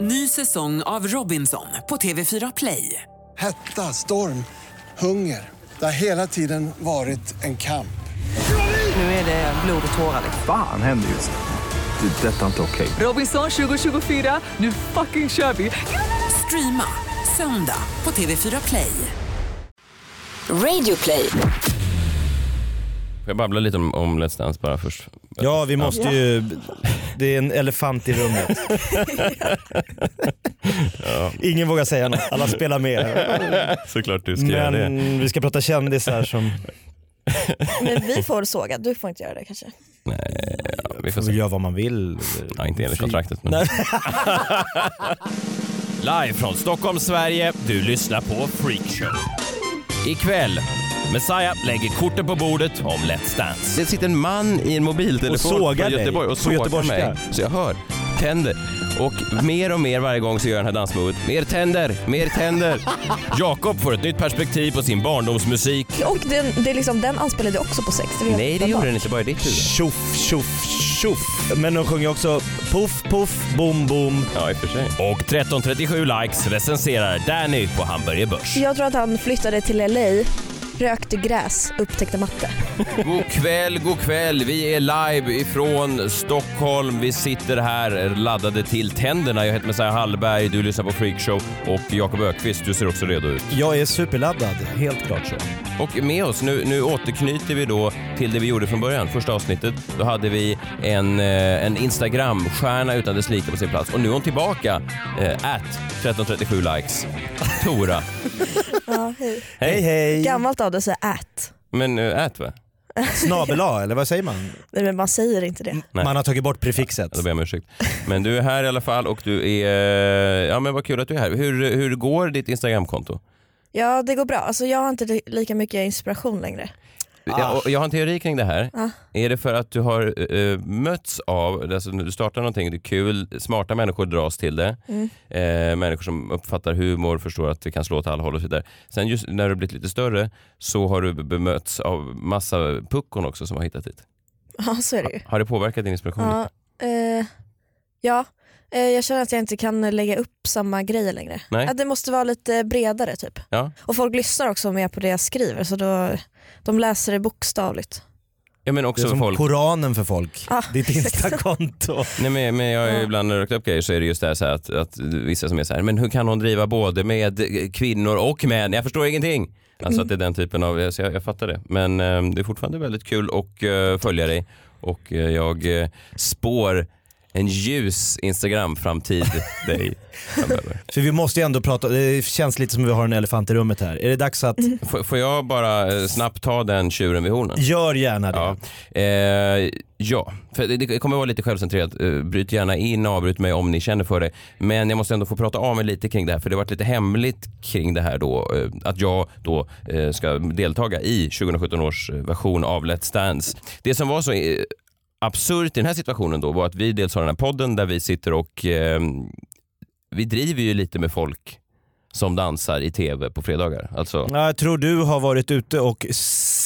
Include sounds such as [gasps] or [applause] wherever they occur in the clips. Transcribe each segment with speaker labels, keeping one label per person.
Speaker 1: Ny säsong av Robinson på TV4 Play.
Speaker 2: Hetta, storm, hunger. Det har hela tiden varit en kamp.
Speaker 1: Nu är det blod och tårar.
Speaker 3: Fan händer just nu. Det. är Detta är inte okej.
Speaker 1: Robinson 2024, nu fucking kör vi! Streama söndag på TV4 Play.
Speaker 4: Radio play.
Speaker 5: Får jag babbla lite om, om Let's Dance bara först?
Speaker 6: Ja, vi måste ju... Det är en elefant i
Speaker 5: [laughs]
Speaker 6: rummet. Ingen vågar säga något, alla spelar med.
Speaker 5: Såklart du ska göra det.
Speaker 6: Men vi ska prata kändisar som
Speaker 7: Men vi får såga, du får inte göra det kanske.
Speaker 5: Vi får
Speaker 6: vill
Speaker 5: se.
Speaker 6: göra vad man vill.
Speaker 5: Ja, inte enligt kontraktet men...
Speaker 8: [laughs] Live från Stockholm, Sverige. Du lyssnar på Freakshow. Ikväll, Messiah lägger korten på bordet om Let's Dance.
Speaker 5: Det sitter en man i en
Speaker 6: Och
Speaker 5: mobiltelefon
Speaker 6: sågar
Speaker 5: från
Speaker 6: dig.
Speaker 5: Göteborg och
Speaker 6: På
Speaker 5: sågar
Speaker 6: göteborgska.
Speaker 5: mig. Så jag hör. Tänder. Och mer och mer varje gång så gör jag den här dansmovet. Mer tänder, mer tänder.
Speaker 8: [laughs] Jakob får ett nytt perspektiv på sin barndomsmusik.
Speaker 7: Och den, det är liksom, den anspelade också på sex. Det är helt
Speaker 5: Nej det
Speaker 7: uppenbart.
Speaker 5: gjorde den inte, bara i ditt huvud.
Speaker 6: Tjoff, tjoff, tjoff. Men de sjunger också poff, poff, bom, bom.
Speaker 5: Ja i och för sig.
Speaker 8: Och 1337 likes recenserar Danny på Hamburger Börs.
Speaker 7: Jag tror att han flyttade till LA, rökte gräs, upptäckte matte.
Speaker 5: God kväll, god kväll. Vi är live ifrån Stockholm. Vi sitter här laddade till tänderna. Jag heter Messiah Hallberg, du lyssnar på Freakshow och Jakob Ökvist, du ser också redo ut.
Speaker 6: Jag är superladdad, helt klart så.
Speaker 5: Och med oss, nu, nu återknyter vi då till det vi gjorde från början, första avsnittet. Då hade vi en, eh, en Instagram-stjärna utan dess like på sin plats och nu är hon tillbaka. Eh, at 1337 likes. Tora.
Speaker 7: Ja, hej.
Speaker 6: Hej hej!
Speaker 7: [laughs] Gammalt av dig att säga ät.
Speaker 5: Men eh, at va?
Speaker 6: Snabel-A, eller vad säger man?
Speaker 7: Nej men man säger inte det.
Speaker 5: Nej.
Speaker 6: Man har tagit bort prefixet.
Speaker 5: Ja, Då ber jag om ursäkt. Men du är här i alla fall och du är... eh, Ja men vad kul att du är här. Hur, hur går ditt Instagramkonto?
Speaker 7: Ja det går bra, alltså, jag har inte li- lika mycket inspiration längre. [laughs]
Speaker 5: Jag,
Speaker 6: Ah.
Speaker 5: och jag har en teori kring det här. Är det för att du har eh, mötts av, alltså, när du startar någonting, det är kul, smarta människor dras till det.
Speaker 6: Mm.
Speaker 5: Eh, människor som uppfattar humor, förstår att det kan slå åt alla håll och så vidare. Sen just när du blivit lite större så har du bemötts av massa puckon också som har hittat dit.
Speaker 7: Ja så är det ju.
Speaker 5: Har det påverkat din inspiration?
Speaker 7: Ja, eh, ja. Eh, jag känner att jag inte kan lägga upp samma grejer längre.
Speaker 5: Nej.
Speaker 7: Att det måste vara lite bredare typ.
Speaker 5: Ja.
Speaker 7: Och folk lyssnar också mer på det jag skriver så då, de läser det bokstavligt.
Speaker 5: Ja, men
Speaker 6: Det är
Speaker 5: också
Speaker 6: som
Speaker 5: folk.
Speaker 6: Koranen för folk.
Speaker 7: Ah,
Speaker 6: Ditt Instakonto.
Speaker 5: Nej, men, men jag har ju ibland när jag rökt upp grejer så är det just det här, så här att, att vissa som är så här, men hur kan hon driva både med eh, kvinnor och män? Jag förstår ingenting. Alltså att det är den typen av, så jag, jag fattar det. Men eh, det är fortfarande väldigt kul att eh, följa dig och eh, jag eh, spår en ljus Instagram-framtid dig framöver.
Speaker 6: För vi måste ju ändå prata, det känns lite som vi har en elefant i rummet här. Är det dags att,
Speaker 5: Får, får jag bara eh, snabbt ta den tjuren vid hornen?
Speaker 6: gör gärna det.
Speaker 5: Ja, eh, ja. För det, det kommer vara lite självcentrerat. Eh, Bryt gärna in, avbryt mig om ni känner för det. Men jag måste ändå få prata av mig lite kring det här för det har varit lite hemligt kring det här då. eh, Att jag då eh, ska deltaga i 2017 års eh, version av Let's Dance. Det som var så eh, absurt i den här situationen då var att vi dels har den här podden där vi sitter och eh, vi driver ju lite med folk som dansar i tv på fredagar. Alltså,
Speaker 6: Ja, Jag tror du har varit ute och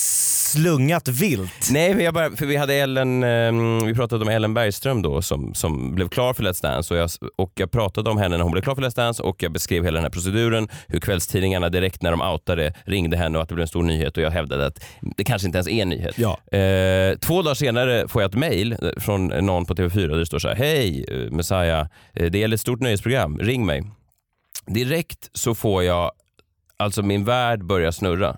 Speaker 6: slungat vilt.
Speaker 5: Nej, men jag bara, för vi hade Ellen, ehm, vi pratade om Ellen Bergström då som, som blev klar för Let's Dance och jag, och jag pratade om henne när hon blev klar för Let's Dance och jag beskrev hela den här proceduren, hur kvällstidningarna direkt när de outade ringde henne och att det blev en stor nyhet och jag hävdade att det kanske inte ens är en nyhet.
Speaker 6: Ja.
Speaker 5: Eh, två dagar senare får jag ett mejl från någon på TV4 där det står så här, hej eh, Messiah, eh, det gäller ett stort nöjesprogram, ring mig. Direkt så får jag, alltså min värld börjar snurra.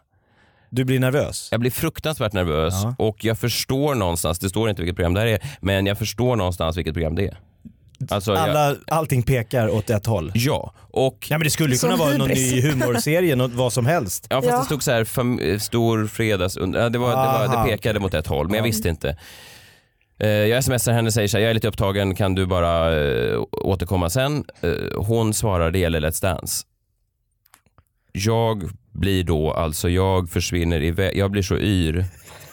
Speaker 6: Du blir nervös.
Speaker 5: Jag blir fruktansvärt nervös
Speaker 6: Ja.
Speaker 5: och jag förstår någonstans, det står inte vilket program det här är, men jag förstår någonstans vilket program det är. Alltså, jag,
Speaker 6: Alla, allting pekar åt ett håll.
Speaker 5: ja, och
Speaker 6: Ja, men det skulle ju kunna
Speaker 7: Som
Speaker 6: vara någon
Speaker 7: hybris.
Speaker 6: ny humorserie, något, vad som helst.
Speaker 5: Ja fast
Speaker 7: Ja.
Speaker 5: det stod så här fam- eh, stor fredags... Ja, det, var, det, var,
Speaker 6: Aha.
Speaker 5: det pekade mot ett håll men jag visste inte. Eh, Jag smsar henne och säger så här, jag är lite upptagen, kan du bara eh, återkomma sen? Eh, Hon svarar, det gäller Let's Dance. Jag blir då, alltså jag försvinner iväg, jag blir så yr.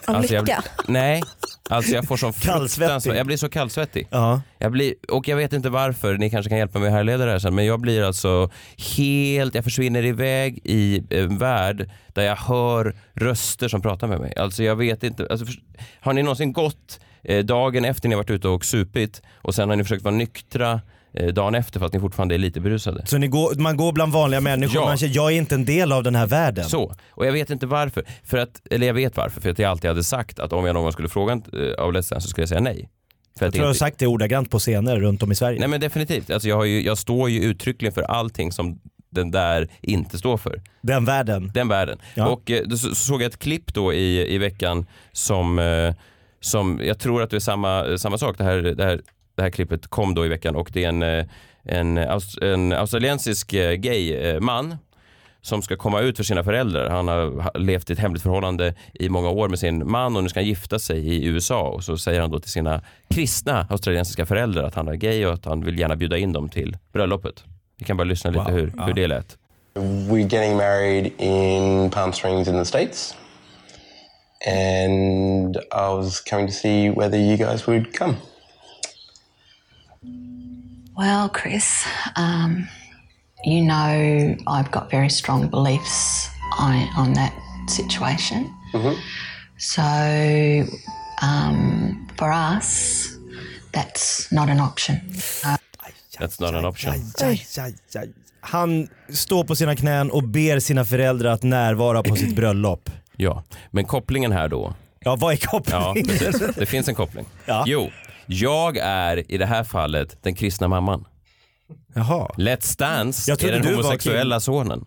Speaker 7: Av
Speaker 5: Alltså, jag blir,
Speaker 7: lycka?
Speaker 5: [laughs] nej, alltså jag får sån
Speaker 6: Kallsvettig.
Speaker 5: fruktansvärd, jag blir så kallsvettig.
Speaker 6: Ja.
Speaker 5: Jag blir, och jag vet inte varför, ni kanske kan hjälpa mig att härleda det här sen, men jag blir alltså helt, jag försvinner iväg i en värld där jag hör röster som pratar med mig. Alltså jag vet inte, alltså, förs- har ni någonsin gått eh, dagen efter ni har varit ute och supit och sen har ni försökt vara nyktra eh, dagen efter fast ni fortfarande är lite berusade.
Speaker 6: Så ni går, man går bland vanliga människor,
Speaker 5: Ja.
Speaker 6: man känner jag är inte en del av den här världen.
Speaker 5: Så, och jag vet inte varför. För att, eller jag vet varför, för att jag alltid hade sagt att om jag någon gång skulle fråga eh, av Let's Dance så skulle jag säga nej. För
Speaker 6: jag
Speaker 5: att det
Speaker 6: tror jag har
Speaker 5: inte-
Speaker 6: sagt det ordagrant på scener runt om i Sverige.
Speaker 5: Nej men definitivt, alltså jag, har ju, jag står ju uttryckligen för allting som den där inte står för.
Speaker 6: Den världen.
Speaker 5: Den världen.
Speaker 6: Ja.
Speaker 5: Och eh, då så- såg jag ett klipp då i, i veckan som, eh, som jag tror att det är samma, eh, samma sak. Det här, det, här, det här klippet kom då i veckan och det är en, eh, en, aus- en australiensisk eh, gay eh, man som ska komma ut för sina föräldrar. Han har ha- levt i ett hemligt förhållande i många år med sin man och nu ska han gifta sig i USA och så säger han då till sina kristna australiensiska föräldrar att han är gay och att han vill gärna bjuda in dem till bröllopet. Vi kan bara lyssna lite
Speaker 6: Wow.
Speaker 5: hur, hur det lät.
Speaker 9: We're getting married in Palm Springs in the States. And I was coming to see whether you guys would come.
Speaker 10: Well, Chris, um, you know I've got very strong beliefs on, on that situation. So um, for us, that's not an option.
Speaker 5: That's not an option.
Speaker 6: Aj, aj, aj. Han står på sina knän och ber sina föräldrar att närvara på
Speaker 5: [clears throat]
Speaker 6: sitt bröllop.
Speaker 5: Ja, men kopplingen här då.
Speaker 6: Ja, vad är [laughs]
Speaker 5: Ja,
Speaker 6: kopplingen?
Speaker 5: precis. Det finns en koppling.
Speaker 6: Ja.
Speaker 5: Jo, jag är i det här fallet den kristna mamman.
Speaker 6: Jaha.
Speaker 5: Let's Dance
Speaker 6: Jag
Speaker 5: är
Speaker 6: trodde
Speaker 5: den
Speaker 6: du var [laughs]
Speaker 5: homosexuella sonen.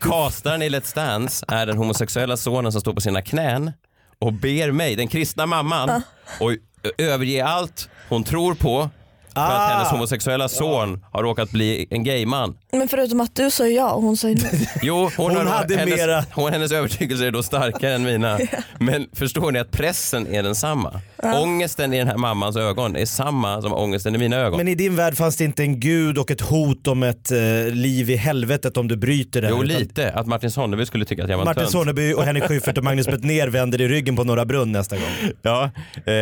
Speaker 5: Kastaren i Let's Dance är den homosexuella sonen som står på sina knän och ber mig, den kristna
Speaker 6: Ah.
Speaker 5: mamman, och överge allt hon tror på för att
Speaker 6: Ah.
Speaker 5: hennes homosexuella son har råkat bli en gayman.
Speaker 7: Men förutom att du sa ja och hon
Speaker 5: [laughs]
Speaker 7: sa nej.
Speaker 5: Jo, hon,
Speaker 6: Hon
Speaker 5: har,
Speaker 6: hade
Speaker 5: hennes,
Speaker 6: mera.
Speaker 5: hon, hennes övertygelse är då starkare
Speaker 6: [laughs]
Speaker 5: än mina. Men förstår ni att pressen är densamma? Ångesten i den här mammans ögon är samma som ångesten i mina ögon.
Speaker 6: Men i din värld fanns det inte en gud och ett hot om ett eh, liv i helvetet om du bryter det här,
Speaker 5: jo,
Speaker 6: utan
Speaker 5: lite. Att Martin Sonneby skulle tycka att jag var en
Speaker 6: Martin
Speaker 5: tönt.
Speaker 6: Sonneby och Henrik Schyffert och Magnus Bettner vänder i ryggen på Norra Brunn nästa gång.
Speaker 5: Ja. Eh,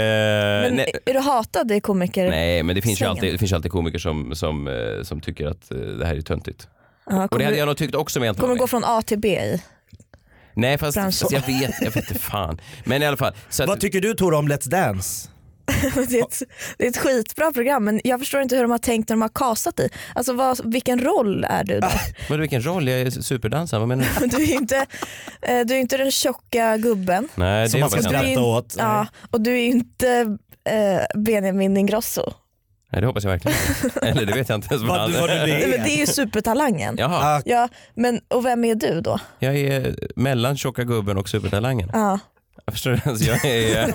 Speaker 7: Men
Speaker 5: nej,
Speaker 7: är du hatad i komiker?
Speaker 5: nej, men det finns ju
Speaker 7: Svängen.
Speaker 5: alltid, det finns ju alltid komiker som, som, eh, som tycker att eh, det här är töntigt.
Speaker 7: Ja,
Speaker 5: Och det
Speaker 7: kommer,
Speaker 5: hade
Speaker 7: du-
Speaker 5: jag nog tyckt också om jag inte var
Speaker 7: kommer du
Speaker 5: med.
Speaker 7: gå från A till B i? [laughs]
Speaker 5: Nej, fast,
Speaker 7: Bransch.
Speaker 5: fast jag vet, jag vet inte fan. Men i alla fall. Så att,
Speaker 6: Vad tycker du Tora om Let's Dance?
Speaker 7: Det är, ett, det är ett skitbra program men jag förstår inte hur de har tänkt när de har castat dig. Alltså vad, vilken roll
Speaker 5: [laughs]
Speaker 7: är du där?
Speaker 5: men vilken roll, jag är superdansare, vad menar du?
Speaker 7: Du är ju inte, eh, du är inte den tjocka gubben.
Speaker 5: Nej,
Speaker 6: Som
Speaker 5: det
Speaker 6: man
Speaker 5: var
Speaker 6: ska
Speaker 5: jag inte.
Speaker 7: Du är
Speaker 6: skratta
Speaker 7: in-
Speaker 6: åt.
Speaker 7: Ja, och du är ju inte eh, Benjamin Ingrosso.
Speaker 5: Nej, det hoppas jag verkligen
Speaker 6: [laughs]
Speaker 5: inte. Eller det vet jag inte ens
Speaker 6: Vad,
Speaker 5: han-
Speaker 6: vad du Ah,
Speaker 7: Nej, men det
Speaker 6: är.
Speaker 7: är ju supertalangen. Ja.
Speaker 5: Jaha,
Speaker 7: men, och vem är du då?
Speaker 5: jag är mellan tjocka gubben och supertalangen.
Speaker 7: Ja.
Speaker 5: Jag förstår du? Alltså, jag är,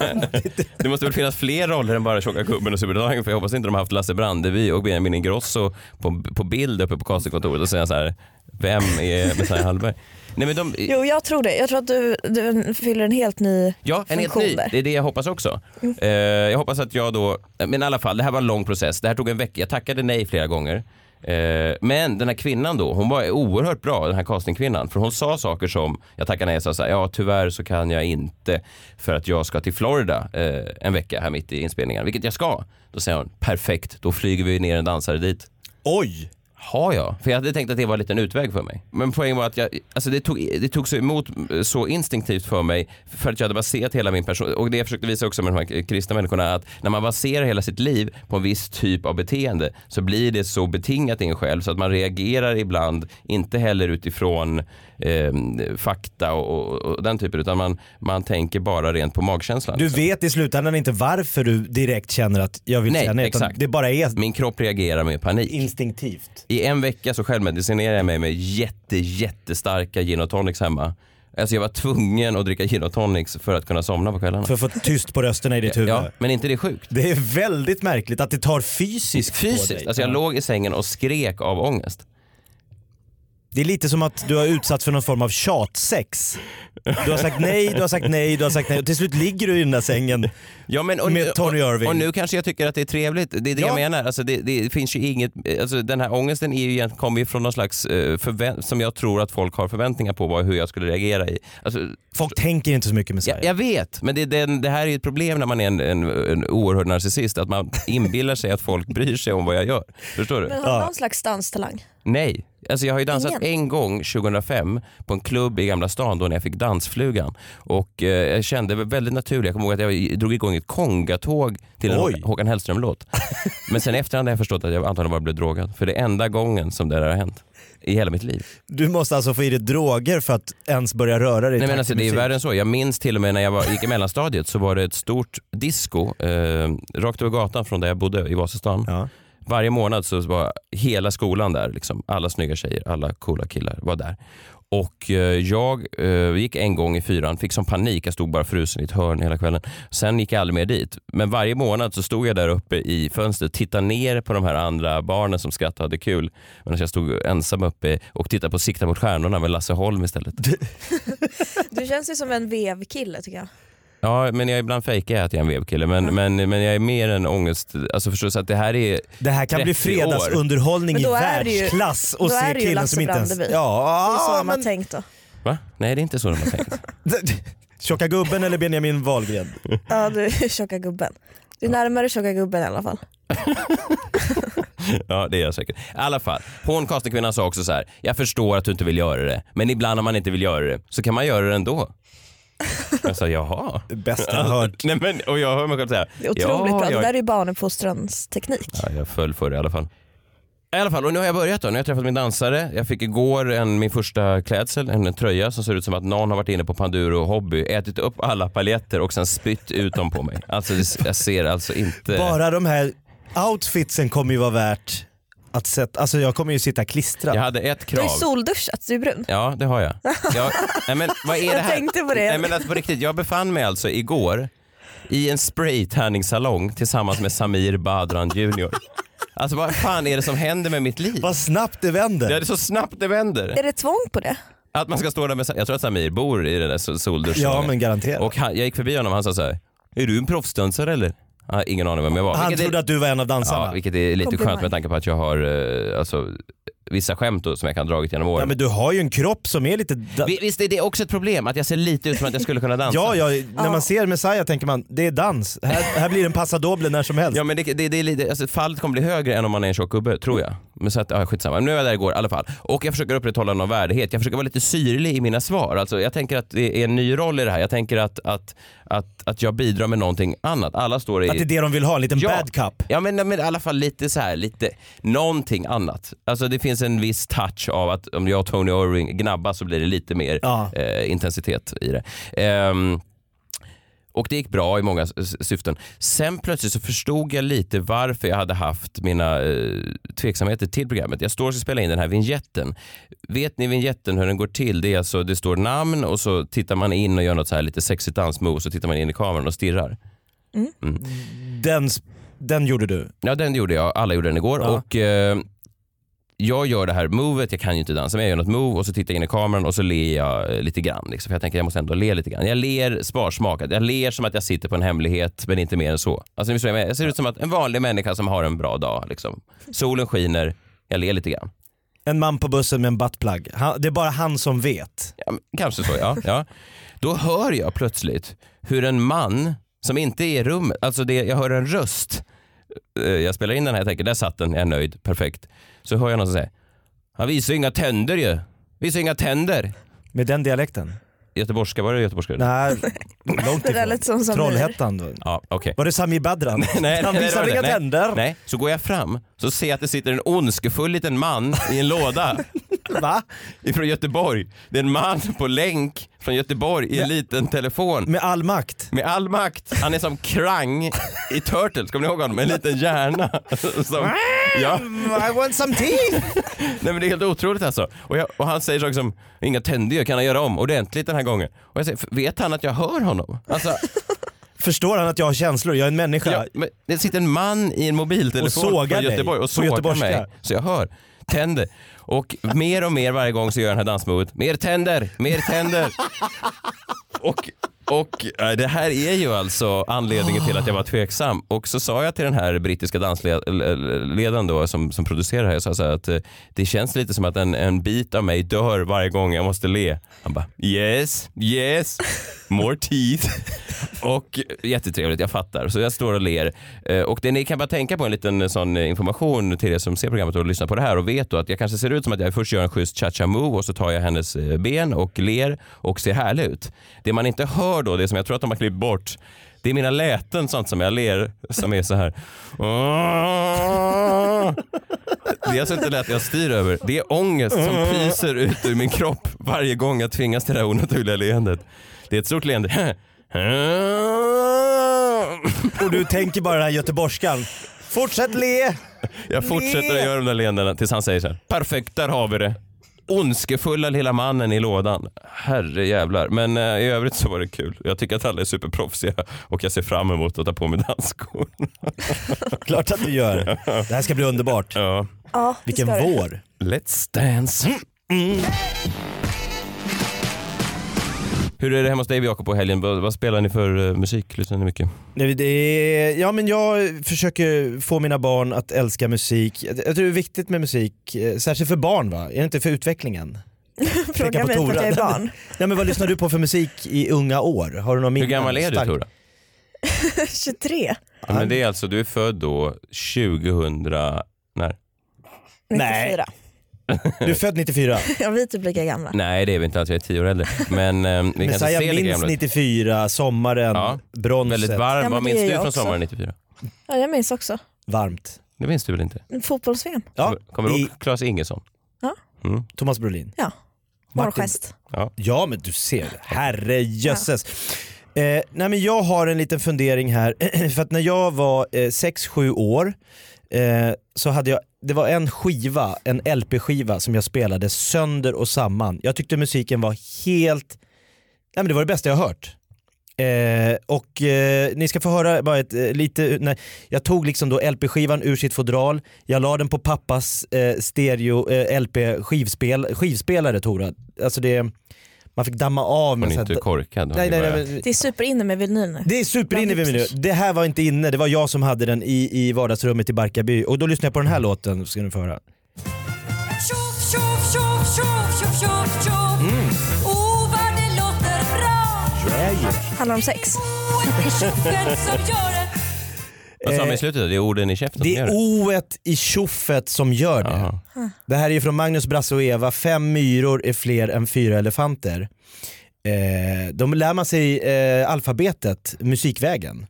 Speaker 6: [laughs]
Speaker 5: det måste väl finnas fler roller än bara tjocka gubben och supertalangen för jag hoppas inte de har haft Lasse Brandeby och Benjamin Ingrosso på, på bild uppe på castingkontoret och säga så här, vem är Messiah Hallberg? Nej, men de,
Speaker 7: Jo jag tror det. Jag tror att du, du fyller en helt ny
Speaker 5: Ja, en helt ny.
Speaker 7: funktion där.
Speaker 5: Det är det jag hoppas också. Eh, jag hoppas att jag då, men i alla fall, det här var en lång process. Det här tog en vecka. Jag tackade nej flera gånger. Eh, men den här kvinnan då, hon var oerhört bra, den här castingkvinnan. För hon sa saker som, jag tackade nej, jag sa så här, ja tyvärr så kan jag inte för att jag ska till Florida eh, en vecka här mitt i inspelningen, vilket jag ska. Då säger hon, perfekt, då flyger vi ner en dansare dit.
Speaker 6: Oj!
Speaker 5: Har jag? För jag hade tänkt att det var en liten utväg för mig. Men poängen var att jag, alltså det, tog, det tog så emot eh, så instinktivt för mig för att jag hade baserat hela min person, och det jag försökte visa också med de här kristna människorna, att när man baserar hela sitt liv på en viss typ av beteende så blir det så betingat i en själv så att man reagerar ibland, inte heller utifrån eh, fakta och, och, och den typen, utan man, man tänker bara rent på magkänslan.
Speaker 6: Du vet i slutändan inte varför du direkt känner att jag vill
Speaker 5: Nej,
Speaker 6: säga nej. utan
Speaker 5: exakt.
Speaker 6: Det bara är
Speaker 5: Min kropp reagerar med panik.
Speaker 6: instinktivt.
Speaker 5: I en vecka så självmedicinerade jag mig med jätte, jättestarka gin och tonics hemma. Alltså jag var tvungen att dricka gin och tonics för att kunna somna på kvällarna.
Speaker 6: För att få tyst på rösterna i ditt huvud.
Speaker 5: Ja, men inte det är sjukt?
Speaker 6: Det är väldigt märkligt att det tar fysiskt på dig.
Speaker 5: Fysiskt. Alltså jag
Speaker 6: Ja.
Speaker 5: låg i sängen och skrek av ångest.
Speaker 6: Det är lite som att du har utsatts för någon form av tjatsex. Du har sagt nej, du har sagt nej, du har sagt nej och till slut ligger du i den där sängen.
Speaker 5: Ja, men, och,
Speaker 6: Med Tony
Speaker 5: och,
Speaker 6: Irving.
Speaker 5: och nu kanske jag tycker att det är trevligt. Det är det
Speaker 6: Ja.
Speaker 5: jag menar. Alltså det, det finns ju inget, alltså den här ångesten är ju, egent- kommer ju från någon slags eh, förvä- som jag tror att folk har förväntningar på vad, hur jag skulle reagera i. Alltså,
Speaker 6: Folk tänker inte så mycket med
Speaker 5: Jag,
Speaker 6: sig.
Speaker 5: jag vet, men det, är den, det här är ju ett problem när man är en, en, en oerhörd narcissist, att [laughs] man inbillar sig att folk bryr sig om vad jag gör. Förstår du?
Speaker 7: Men har du någon slags danstalang?
Speaker 5: Nej, Alltså jag har ju dansat
Speaker 7: Ingen.
Speaker 5: en gång 2005 på en klubb i Gamla stan då när jag fick dansflugan. Och eh, jag kände mig väldigt naturligt. Jag kommer ihåg att jag drog igång ett kongatåg till en
Speaker 6: Oj.
Speaker 5: Håkan- Håkan Hellström-låt. Men sen efterhand har jag förstått att jag antagligen bara blev drogad. För det är enda gången som det här har hänt i hela mitt liv.
Speaker 6: Du måste alltså få i dig droger för att ens börja röra dig i
Speaker 5: Nej,
Speaker 6: takt
Speaker 5: men alltså,
Speaker 6: med
Speaker 5: det är
Speaker 6: musik.
Speaker 5: värre än så. Jag minns till och med när jag var, gick i mellanstadiet så var det ett stort disco eh, rakt över gatan från där jag bodde i Vasastan.
Speaker 6: Ja.
Speaker 5: Varje månad så var hela skolan där. Liksom. Alla snygga tjejer, alla coola killar var där. Och eh, jag eh, gick en gång i fyran, fick som panik. Jag stod bara frusen i ett hörn hela kvällen. Sen gick jag aldrig mer dit. Men varje månad så stod jag där uppe i fönstret tittade ner på de här andra barnen som skrattade och hade kul. Medan jag stod ensam uppe och tittade på Sikta mot stjärnorna med Lasse Holm istället.
Speaker 7: Du känns ju som en vevkille tycker jag.
Speaker 5: Ja, men jag ibland fejkar jag att jag är en vevkille. Men, men, men jag är mer en ångest... Alltså förstås att det här är...
Speaker 6: Det här kan bli
Speaker 5: 30 år.
Speaker 6: fredagsunderhållning
Speaker 7: Men
Speaker 6: i
Speaker 7: då är det ju-
Speaker 6: världsklass
Speaker 7: då
Speaker 6: och
Speaker 7: är
Speaker 6: se
Speaker 7: det ju
Speaker 6: killen
Speaker 7: Lasse
Speaker 6: som inte ens...
Speaker 7: Brandeby. Det är så
Speaker 6: Ja, ah,
Speaker 7: de har
Speaker 6: men...
Speaker 7: tänkt då.
Speaker 5: Va? Nej, det är inte så de har tänkt.
Speaker 6: [laughs] Tjocka gubben eller Benjamin Wahlgren?
Speaker 7: Ja du [laughs] är tjocka gubben. Du är närmare tjocka gubben i alla fall.
Speaker 5: [laughs] Ja, det är jag säkert. I alla fall, hon castingkvinnan sa också så här. Jag förstår att du inte vill göra det, men ibland om man inte vill göra det så kan man göra det ändå. Jag sa jaha.
Speaker 6: Bästa jag hört.
Speaker 5: Nej, men, och jag hör mig själv säga.
Speaker 7: Det är otroligt
Speaker 5: ja,
Speaker 7: bra. Det
Speaker 5: Jag,
Speaker 7: där är ju barnuppfostrans teknik.
Speaker 5: ja, jag föll för det i alla fall. I alla fall, och nu har jag börjat då. Nu har jag träffat min dansare. Jag fick igår en, min första klädsel, en tröja som ser ut som att någon har varit inne på Panduro Hobby, ätit upp alla paljetter och sen spytt ut dem på mig. Alltså det- jag ser alltså inte...
Speaker 6: Bara de här outfitsen kommer ju vara värt att sätta, alltså jag kommer ju sitta klistrad.
Speaker 5: Jag hade ett
Speaker 7: Du har
Speaker 5: krav.
Speaker 7: ju solduschat, du är brun.
Speaker 5: Ja, det har jag. jag nej, men, vad
Speaker 7: [laughs]
Speaker 5: är det här?
Speaker 7: tänkte på det.
Speaker 5: Nej, men alltså, på riktigt, jag befann mig alltså igår i en spraytanningssalong tillsammans med Samir Badran Junior. Alltså vad fan är det som händer med mitt liv?
Speaker 6: Vad snabbt det
Speaker 5: Det
Speaker 6: vänder.
Speaker 5: är så snabbt det vänder.
Speaker 7: Är det tvång på det?
Speaker 5: Att man ska stå där med, jag tror att Samir bor i den där sol- solduschen.
Speaker 6: Ja men garanterat.
Speaker 5: Och han, jag gick förbi honom och han sa så här, är du en proffsdansare eller? Ja, ingen aning vem jag var.
Speaker 6: han
Speaker 5: Vilket är-
Speaker 6: trodde att du var en av dansarna.
Speaker 5: Ja,
Speaker 6: Ja,
Speaker 5: vilket är lite
Speaker 7: Komplimang.
Speaker 5: skönt med tanke på att jag har eh, alltså, vissa skämt då, som jag kan ha dragit genom åren.
Speaker 6: men du har ju en kropp som är lite... Da-
Speaker 5: Vi- Visst är det också ett problem att jag ser lite ut som att jag skulle kunna dansa?
Speaker 6: ja, ja, när man ser Messiah tänker man, det är dans. Här, här blir det en passadoble när som helst.
Speaker 5: Ja, men det, det, det, är lite- alltså, fallet kommer bli högre än om man är en tjock gubbe,
Speaker 6: Mm.
Speaker 5: tror jag. Men så att, ja, skitsamma. Men nu är jag där igår i alla fall. Och jag försöker upprätthålla någon värdighet. Jag försöker vara lite syrlig i mina svar. Alltså, jag tänker att det är en ny roll i det här. Jag tänker att, att, att, att jag bidrar med någonting annat. Alla står i...
Speaker 6: Att det är det de vill ha, en liten bad cup.
Speaker 5: Ja men, men i alla fall lite så här, lite någonting annat. Alltså det finns en viss touch av att om jag och Tony Irving gnabbas så blir det lite mer
Speaker 6: Ja.
Speaker 5: eh, intensitet i det. Ehm, och det gick bra i många s- syften. Sen plötsligt så förstod jag lite varför jag hade haft mina eh, tveksamheter till programmet. Jag står och ska spela in den här vignetten. Vet ni vignetten hur den går till? Det, är alltså, det står namn och så tittar man in och gör något så här lite sexigt dansmove så tittar man in i kameran och stirrar.
Speaker 6: Den, sp- den gjorde du.
Speaker 5: Ja, den gjorde jag. Alla gjorde den igår.
Speaker 6: Ja.
Speaker 5: Och eh, Jag gör det här movet, jag kan ju inte dansa, men jag gör något move och så tittar jag in i kameran och så ler jag eh, lite grann. Liksom, för jag tänker jag måste ändå le lite grann. Jag ler sparsmakat. Jag ler som att jag sitter på en hemlighet, men inte mer än så. Alltså, ni förstår vad jag, menar. jag ser ut som att en vanlig människa som har en bra dag. Liksom. Solen skiner, jag ler lite grann.
Speaker 6: En man på bussen med en buttplug. Han, det är bara han som vet.
Speaker 5: Ja, men kanske så, ja. ja. Då hör jag plötsligt hur en man som inte är i rummet, alltså det, jag hör en röst. Eh, Jag spelar in den här, jag tänker där satt den, jag är nöjd, perfekt. Så hör jag någon som säger, han visar ju inga tänder ju. Visar inga tänder.
Speaker 6: Med den dialekten.
Speaker 5: Göteborgska, var det göteborgska?
Speaker 6: Nej, långt
Speaker 7: Det där
Speaker 6: ifrån.
Speaker 7: lät som Samir.
Speaker 6: Trollhättan då.
Speaker 5: Ja, okej.
Speaker 6: Var det Sami Badran?
Speaker 5: [laughs] nej,
Speaker 6: han
Speaker 5: nej, det var
Speaker 6: visar
Speaker 5: det.
Speaker 6: inga
Speaker 5: Nej,
Speaker 6: tänder.
Speaker 5: Nej, så går jag fram så ser jag att det sitter en ondskefull liten man i
Speaker 6: [laughs]
Speaker 5: en låda
Speaker 6: Va?
Speaker 5: ifrån Göteborg. Det är en man på länk från Göteborg i en liten telefon.
Speaker 6: Med all makt.
Speaker 5: Med all makt. Han är som Krang i Turtles, kommer ni ihåg honom? Med en liten hjärna. [laughs] Som, ja.
Speaker 6: I want some tea!
Speaker 5: Nej men det är helt otroligt alltså. Och, jag, och han säger saker som, inga tänder jag kan han göra om ordentligt den här gången. Och jag säger, vet han att jag hör honom? Alltså,
Speaker 6: Förstår han att jag har känslor? Jag är en människa.
Speaker 5: jag, men, det sitter en man i en
Speaker 6: Och
Speaker 5: mobiltelefon
Speaker 6: sågar
Speaker 5: från
Speaker 6: dig.
Speaker 5: Göteborg
Speaker 6: På
Speaker 5: och sågar
Speaker 6: göteborgska.
Speaker 5: mig. Så jag hör, tänder. Och
Speaker 6: [laughs]
Speaker 5: mer och mer varje gång så gör jag den här dansmovet, mer tänder, mer tänder. och Och eh, det här är ju alltså anledningen till att jag var tveksam. Och så sa jag till den här brittiska dansledaren då, som, som producerar det här, jag sa så här att eh, det känns lite som att en, en bit av mig dör varje gång jag måste le. Han bara yes, yes, more
Speaker 6: [laughs]
Speaker 5: teeth. och jättetrevligt, jag fattar. Så jag står och ler. Eh, Och det ni kan bara tänka på en liten eh, sån eh, information till er som ser programmet och lyssnar på det här och vet då att jag kanske ser ut som att jag först gör en schysst cha-cha move och så tar jag hennes eh, ben och ler och ser härlig ut. Det man inte hör då, det som jag tror att de har klippt bort, det är mina läten sånt som jag ler som är så här. Det är alltså inte lätt jag styr över. Det är ångest som pyser ut ur min kropp varje gång jag tvingas till det här onaturliga leendet. Det är ett stort leende.
Speaker 6: Och du tänker bara den här göteborgskan. Fortsätt le!
Speaker 5: Jag fortsätter
Speaker 6: Le.
Speaker 5: att göra de där leendena tills han säger så här. Perfekt, där har vi det. Ondskefulla lilla mannen i lådan. Herre jävlar. Men eh, i övrigt så var det kul. Jag tycker att alla är superproffsiga och jag ser fram emot att ta på mig dansskorna.
Speaker 6: Klart att du gör. Det här ska bli underbart.
Speaker 5: Ja.
Speaker 7: Ja, det
Speaker 6: Vilken
Speaker 7: ska det.
Speaker 6: vår.
Speaker 5: Let's dance. Hur är det hemma hos dig Jakob på helgen? Vad, vad spelar ni för eh, musik? Lyssnar ni mycket?
Speaker 6: Nej, det är, ja, men jag försöker få mina barn att älska musik. Jag tror det är viktigt med musik, eh, särskilt för barn va? Är det inte för utvecklingen?
Speaker 7: Fråga
Speaker 6: på
Speaker 7: mig för att
Speaker 6: Tora.
Speaker 7: jag är barn.
Speaker 6: Nej, men vad lyssnar du på för musik i unga år? Har du någon
Speaker 5: Hur
Speaker 6: minne?
Speaker 5: gammal är du
Speaker 6: Stark-
Speaker 5: Tora?
Speaker 7: 23.
Speaker 5: Ja, men det är alltså, du är född då 2000... När?
Speaker 7: 94.
Speaker 6: Du är född 94.
Speaker 7: Ja, vi är typ lika gamla.
Speaker 5: Nej det är vi inte alls, jag är tio år äldre. Men eh, vi kanske
Speaker 6: Messiah
Speaker 5: ser lite
Speaker 6: minns
Speaker 5: gamla ut.
Speaker 6: 94, sommaren,
Speaker 5: Ja.
Speaker 6: bronset.
Speaker 5: Väldigt varm.
Speaker 7: Ja, men
Speaker 5: Vad
Speaker 7: det
Speaker 5: minns
Speaker 7: är
Speaker 5: du
Speaker 7: jag
Speaker 5: från
Speaker 7: också.
Speaker 5: sommaren 94?
Speaker 7: Ja, jag minns också.
Speaker 6: Varmt.
Speaker 5: Det minns du väl inte?
Speaker 7: Fotbolls-VM.
Speaker 6: Ja,
Speaker 5: Kommer du
Speaker 6: i
Speaker 5: ihåg Claes Ingesson?
Speaker 6: Thomas Brolin.
Speaker 7: Ja. Morgongest.
Speaker 6: Ja men du ser, herrejösses. Eh, nej men jag har en liten fundering här, [clears throat] för att när jag var 6-7 år eh, så hade jag, det var en skiva, en LP-skiva som jag spelade sönder och samman. Jag tyckte musiken var helt, nej men det var det bästa jag har hört. Eh, och eh, ni ska få höra bara ett, eh, lite, nej, jag tog liksom då LP-skivan ur sitt fodral, jag la den på pappas eh, stereo eh, LP-skivspel, skivspelare Tora. Alltså det, man fick damma av
Speaker 5: Var
Speaker 6: med
Speaker 5: ni
Speaker 6: så här-
Speaker 5: inte korkad?
Speaker 6: nej, nej, nej,
Speaker 5: Bara-
Speaker 6: men-
Speaker 7: Det är superinne med vinyl nu.
Speaker 6: det är superinne vi nu. Det här var inte inne, det var jag som hade den i, i vardagsrummet i Barkarby och då lyssnade jag på den här låten, ska ni få höra.
Speaker 11: Tjoff, tjoff, tjoff, tjoff, tjoff, tjoff, tjoff.
Speaker 6: Mm.
Speaker 11: Oh, vad det låter bra.
Speaker 7: Handlar om sex.
Speaker 11: Och det är tjoffet som gör det.
Speaker 5: Vad sa han i slutet? Det är orden i käften
Speaker 6: eh, Det
Speaker 5: som gör
Speaker 6: är
Speaker 5: det?
Speaker 6: oet i tjoffet som gör det.
Speaker 5: Jaha.
Speaker 6: Det här är ju från Magnus, Brasse och Eva, Fem myror är fler än fyra elefanter. Eh, de lär man sig eh, alfabetet musikvägen.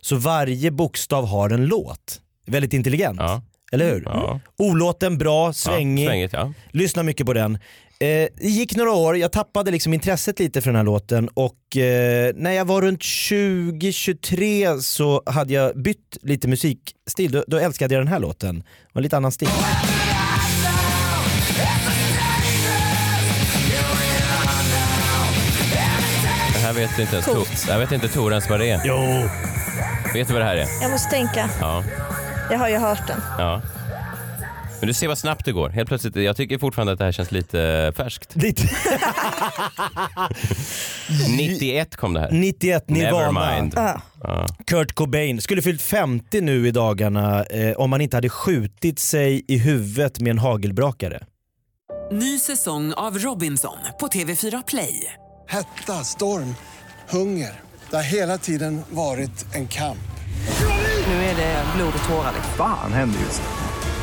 Speaker 6: Så varje bokstav har en låt. Väldigt intelligent,
Speaker 5: Ja.
Speaker 6: eller hur?
Speaker 5: Ja.
Speaker 6: O-låten bra,
Speaker 5: Ja,
Speaker 6: Mm. svängig,
Speaker 5: svängigt, ja.
Speaker 6: lyssna mycket på den. Eh, det gick några år, jag tappade liksom intresset lite för den här låten och eh, när jag var runt 20-23 så hade jag bytt lite musikstil, då, då älskade jag den här låten. Det var en lite annan stil.
Speaker 5: Det här vet inte ens Tor. Det här vet inte Tor ens vad det är.
Speaker 6: Jo.
Speaker 5: Vet du vad det här är?
Speaker 7: Jag måste tänka.
Speaker 5: Ja.
Speaker 7: Jag har ju hört den.
Speaker 5: ja. Men du ser vad snabbt det går. Helt plötsligt, jag tycker fortfarande att det här känns [laughs] lite eh, färskt.
Speaker 6: Lite
Speaker 5: 91 kom det här.
Speaker 6: 91, Nirvana,
Speaker 5: Nevermind.
Speaker 7: Ja.
Speaker 6: Kurt Cobain. Skulle fyllt 50 nu i dagarna eh, om man inte hade skjutit sig i huvudet med en hagelbrakare.
Speaker 1: Ny säsong av Robinson på TV4 Play.
Speaker 2: Hetta, storm, hunger. Det har hela tiden varit en kamp.
Speaker 1: Nu är det blod och tårar. liksom.
Speaker 3: Fan händer just det.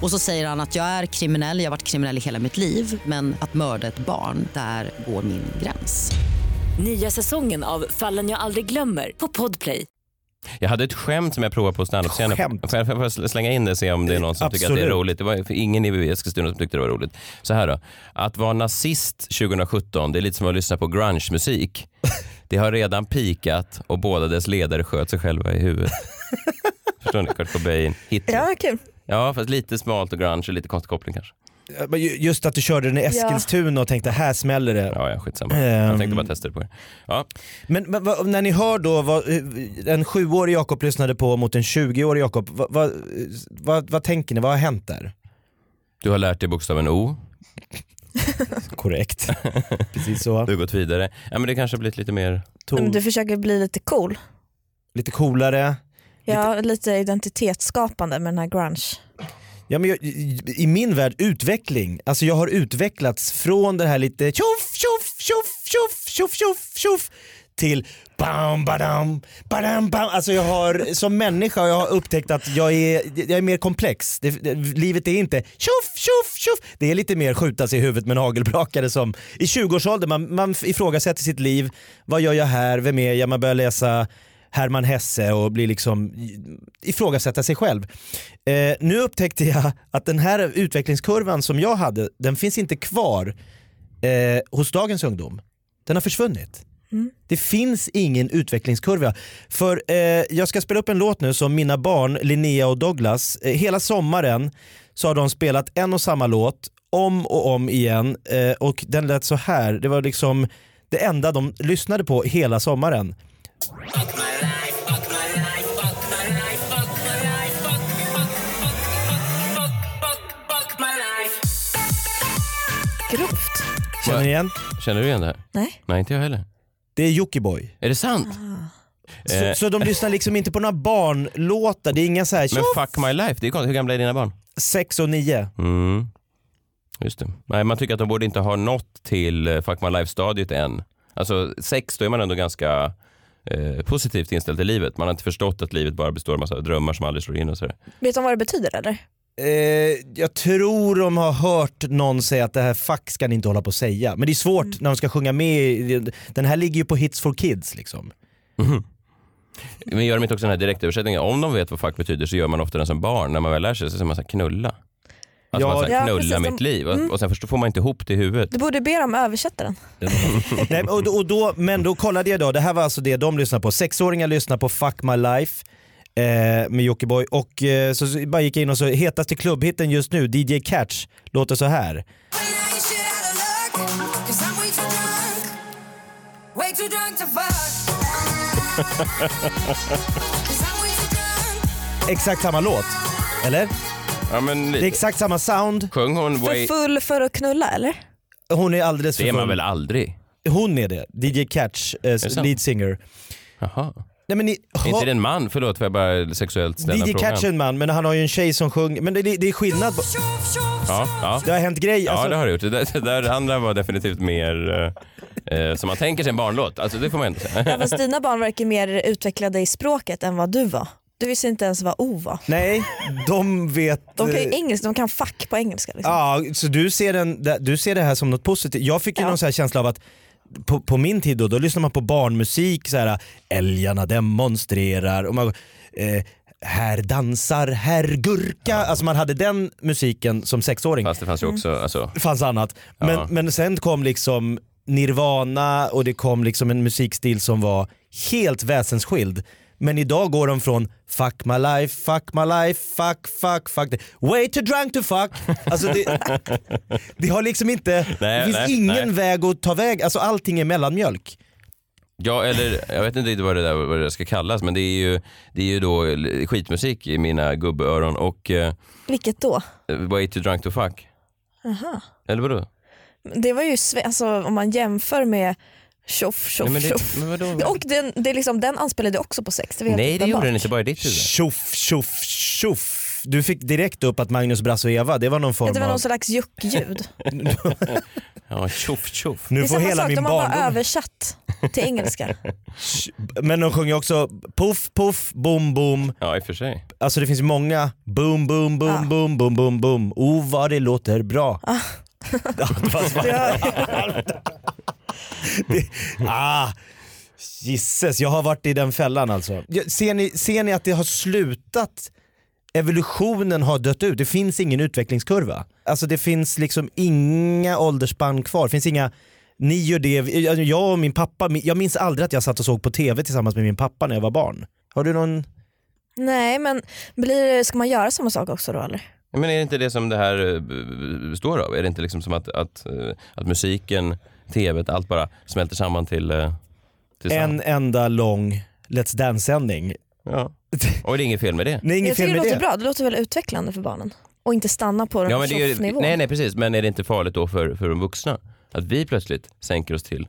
Speaker 11: Och så säger han att jag är kriminell, jag har varit kriminell i hela mitt liv men att mörda ett barn, där går min gräns.
Speaker 4: Nya säsongen av Fallen jag aldrig glömmer på Podplay.
Speaker 5: Jag hade ett skämt som jag provade på standup-scenen.
Speaker 6: Skämt?
Speaker 5: Får jag, får jag slänga in det och se om det är någon som tycker att det är
Speaker 6: Absolut.
Speaker 5: roligt? Det var ingen i Eskilstuna som tyckte det var roligt.
Speaker 6: [laughs]
Speaker 5: Så här då. Att vara nazist 2017, det är lite som att lyssna på grunge-musik. Det har redan pikat och båda dess ledare sköt sig själva
Speaker 6: [laughs]
Speaker 5: i huvudet. Förstår ni? Kurt Cobain, Hitler.
Speaker 7: Ja, kul.
Speaker 5: Ja, fast lite smalt och grunge och lite konstig koppling kanske.
Speaker 6: Ja, Eh, men ju- Just att du körde den i Eskilstuna och tänkte här smäller det.
Speaker 5: Ja, ja skitsamma.
Speaker 6: Ehm.
Speaker 5: Jag tänkte bara testa det på er. Ja.
Speaker 6: Men, men vad, när ni hör då vad eh, en sjuårig Jakob lyssnade på mot en 20-årig Jakob, vad, vad, eh, vad, vad tänker ni? Vad har hänt där?
Speaker 5: Du har lärt dig bokstaven O.
Speaker 6: Korrekt. [laughs] Precis
Speaker 5: [laughs]
Speaker 6: så.
Speaker 5: Du har gått vidare. Ja, men det kanske har blivit lite mer...
Speaker 7: Men du försöker bli lite cool.
Speaker 6: Lite coolare.
Speaker 7: Ja, lite identitetsskapande med den här grunge.
Speaker 6: Ja, men jag, i- I min värld utveckling, alltså jag har utvecklats från den här lite tjoff, tjoff, tjoff, tjoff, tjoff, tjoff, tjoff till bam, badam, badam, bam. Alltså jag har som människa jag har upptäckt att jag är, jag är mer komplex. Det, det, livet är inte tjoff, tjoff, tjoff. Det är lite mer skjuta sig i huvudet med en hagelbrakare som i 20-årsåldern man, man ifrågasätter sitt liv. Vad gör jag här? Vem är jag? Man börjar läsa Herman Hesse och blir liksom ifrågasätta sig själv. Eh, nu upptäckte jag att den här utvecklingskurvan som jag hade, den finns inte kvar eh, hos dagens ungdom. Den har försvunnit. Det finns ingen utvecklingskurva. För eh, jag ska spela upp en låt nu som mina barn Linnea och Douglas, eh, hela sommaren så har de spelat en och samma låt om och om igen eh, och den lät så här. Det var liksom det enda de lyssnade på hela sommaren.
Speaker 7: Grovt.
Speaker 6: Känner ni igen?
Speaker 5: Känner du igen det här?
Speaker 7: Nej.
Speaker 5: Nej, inte jag heller.
Speaker 6: Det är Jockiboi.
Speaker 5: Är det sant?
Speaker 6: Så,
Speaker 5: Eh.
Speaker 6: så de lyssnar liksom inte på några barnlåtar, det är inga så här
Speaker 5: Men
Speaker 6: tjoff,
Speaker 5: fuck my life, det är konstigt. Hur gamla är dina barn?
Speaker 6: sex och nio.
Speaker 5: Mm. Just det. Nej, man tycker att de borde inte ha nått till eh, fuck my life-stadiet än. Alltså sex, då är man ändå ganska eh, positivt inställd till livet. Man har inte förstått att livet bara består av massa drömmar som aldrig slår in och sådär.
Speaker 7: Vet de vad det betyder eller?
Speaker 6: Eh, jag tror de har hört någon säga att det här fuck ska ni inte hålla på att säga. Men det är svårt
Speaker 5: Mm.
Speaker 6: när de ska sjunga med. i- Den här ligger ju på Hits for Kids liksom.
Speaker 5: Men gör de inte också den här direktöversättningen? Om de vet vad fuck betyder så gör man ofta den som barn. När man väl lär sig så säger man så här, knulla. Alltså
Speaker 6: Ja,
Speaker 5: man säger
Speaker 7: ja,
Speaker 5: knulla
Speaker 7: precis, de-
Speaker 5: mitt liv. Och,
Speaker 7: Mm.
Speaker 5: och sen förstår, får man inte ihop det i huvudet.
Speaker 7: Du borde be dem översätta den.
Speaker 6: Nej, men- och, då- och då, men då kollade jag då, det här var alltså det de lyssnar på. Sexåringar lyssnar på Fuck My Life eh, med Jockiboi och eh, så, så bara gick jag in och så hetaste klubbhitten just nu, DJ Catch, låter så här.
Speaker 12: Way too drunk to fuck. [laughs]
Speaker 6: Exakt samma låt, eller?
Speaker 5: Ja, men lite.
Speaker 6: Det är exakt samma sound.
Speaker 5: Sjöng hon
Speaker 7: För full för att knulla eller?
Speaker 6: Hon är alldeles för
Speaker 5: Det är man
Speaker 6: full.
Speaker 5: väl aldrig?
Speaker 6: Hon är det, DJ Catch,
Speaker 5: det
Speaker 6: eh,
Speaker 5: sant?
Speaker 6: lead singer.
Speaker 5: Jaha.
Speaker 6: Nej, men ni,
Speaker 5: Är
Speaker 6: hör-
Speaker 5: inte det en man? Förlåt, får jag bara sexuellt ställa
Speaker 6: DJ
Speaker 5: frågan?
Speaker 6: Catch är en man, men han har ju en tjej som sjunger. Men det, det, det är skillnad. på-
Speaker 5: Ja, ja.
Speaker 6: Det har hänt grejer.
Speaker 5: Ja,
Speaker 6: alltså.
Speaker 5: det har det gjort. Det där, det där andra var definitivt mer eh, eh, som man tänker sig en barnlåt. Alltså, det får man ändå
Speaker 7: [laughs] Ja,
Speaker 5: säga.
Speaker 7: fast dina barn verkar mer utvecklade i språket än vad du var. Du visste inte ens vad O var.
Speaker 6: Nej, de vet...
Speaker 7: De kan ju
Speaker 6: eh,
Speaker 7: engelska, de kan fuck på engelska. Liksom.
Speaker 6: Ja, så du ser, den, du ser det här som något positivt. Jag fick ju någon så här känsla av att på, på min tid då, då lyssnade man på barnmusik, så här, älgarna demonstrerar och man, eh, här dansar herr Gurka. Alltså man hade den musiken som sexåring.
Speaker 5: Fast det fanns ju också, alltså,
Speaker 6: Det fanns annat. Men,
Speaker 5: Ja.
Speaker 6: men sen kom liksom Nirvana och det kom liksom en musikstil som var helt väsensskild. Men idag går de från fuck my life, fuck my life, fuck, fuck, fuck. det. Way too drunk to fuck. Alltså det,
Speaker 5: [laughs]
Speaker 6: det har liksom inte, det
Speaker 5: Nej,
Speaker 6: finns
Speaker 5: nej,
Speaker 6: ingen
Speaker 5: nej.
Speaker 6: väg att ta väg, alltså allting är mellanmjölk.
Speaker 5: ja, eller jag vet inte riktigt vad det där vad det där ska kallas, men det är ju, det är ju då skitmusik i mina gubböron och eh,
Speaker 7: Vilket då?
Speaker 5: Way too drunk to fuck.
Speaker 7: Aha.
Speaker 5: Eller vadå?
Speaker 7: Det var ju, sve- alltså, om man jämför med tjoff,
Speaker 5: Nej, men
Speaker 7: tjoff,
Speaker 5: det-
Speaker 7: tjoff.
Speaker 5: men vadå?
Speaker 7: [laughs] Och den, det är liksom, den anspelade också på sex. Det var helt
Speaker 5: Nej, det
Speaker 7: uppenbart.
Speaker 5: gjorde den inte, bara i ditt huvud.
Speaker 6: Tjoff, tjoff, tjoff. Du fick direkt upp att Magnus, Brasse och Eva, det var någon form
Speaker 7: Det var
Speaker 6: av...
Speaker 7: någon
Speaker 5: [laughs]
Speaker 7: slags juckljud.
Speaker 5: Ja, tjoff, tjoff.
Speaker 7: Det
Speaker 6: Nu
Speaker 7: är
Speaker 6: får
Speaker 7: samma
Speaker 6: hela
Speaker 7: sak,
Speaker 6: min
Speaker 7: de har bara
Speaker 6: barndom...
Speaker 7: översatt
Speaker 5: [laughs]
Speaker 7: till engelska.
Speaker 6: Men de sjunger också puff, puff, boom, boom.
Speaker 5: Ja, i och för sig.
Speaker 6: Alltså det finns ju många boom, boom, boom, boom, boom, boom, boom. Oh vad det låter bra. [laughs] Ah. det, ah. Gisses, jag har varit i den fällan alltså. Ja, Ser ni, ser ni att det har slutat? Evolutionen har dött ut, det finns ingen utvecklingskurva. Alltså det finns liksom inga åldersspann kvar, det finns inga Ni gör det, Alltså, jag och min pappa, jag minns aldrig att jag satt och såg på TV tillsammans med min pappa när jag var barn. Har du någon
Speaker 7: Nej men blir, det- ska man göra samma sak också då eller?
Speaker 5: Men är det inte det som det här eh, b- b- består av? Är det inte liksom som att, att, eh, att musiken, tv, allt bara smälter samman till... eh, till
Speaker 6: en enda lång Let's Dance-sändning?
Speaker 5: [laughs] Ja. Och det är inget fel med det.
Speaker 6: Nej, inget
Speaker 7: jag
Speaker 6: fel
Speaker 7: tycker det
Speaker 6: med
Speaker 7: låter
Speaker 6: det.
Speaker 7: bra, det låter väl utvecklande för barnen. Och inte stanna på den
Speaker 5: Ja,
Speaker 7: ja,
Speaker 5: men det är ju,
Speaker 7: soffnivån.
Speaker 5: nej, nej precis. Men är det inte farligt då för, för de vuxna? Att vi plötsligt sänker oss till...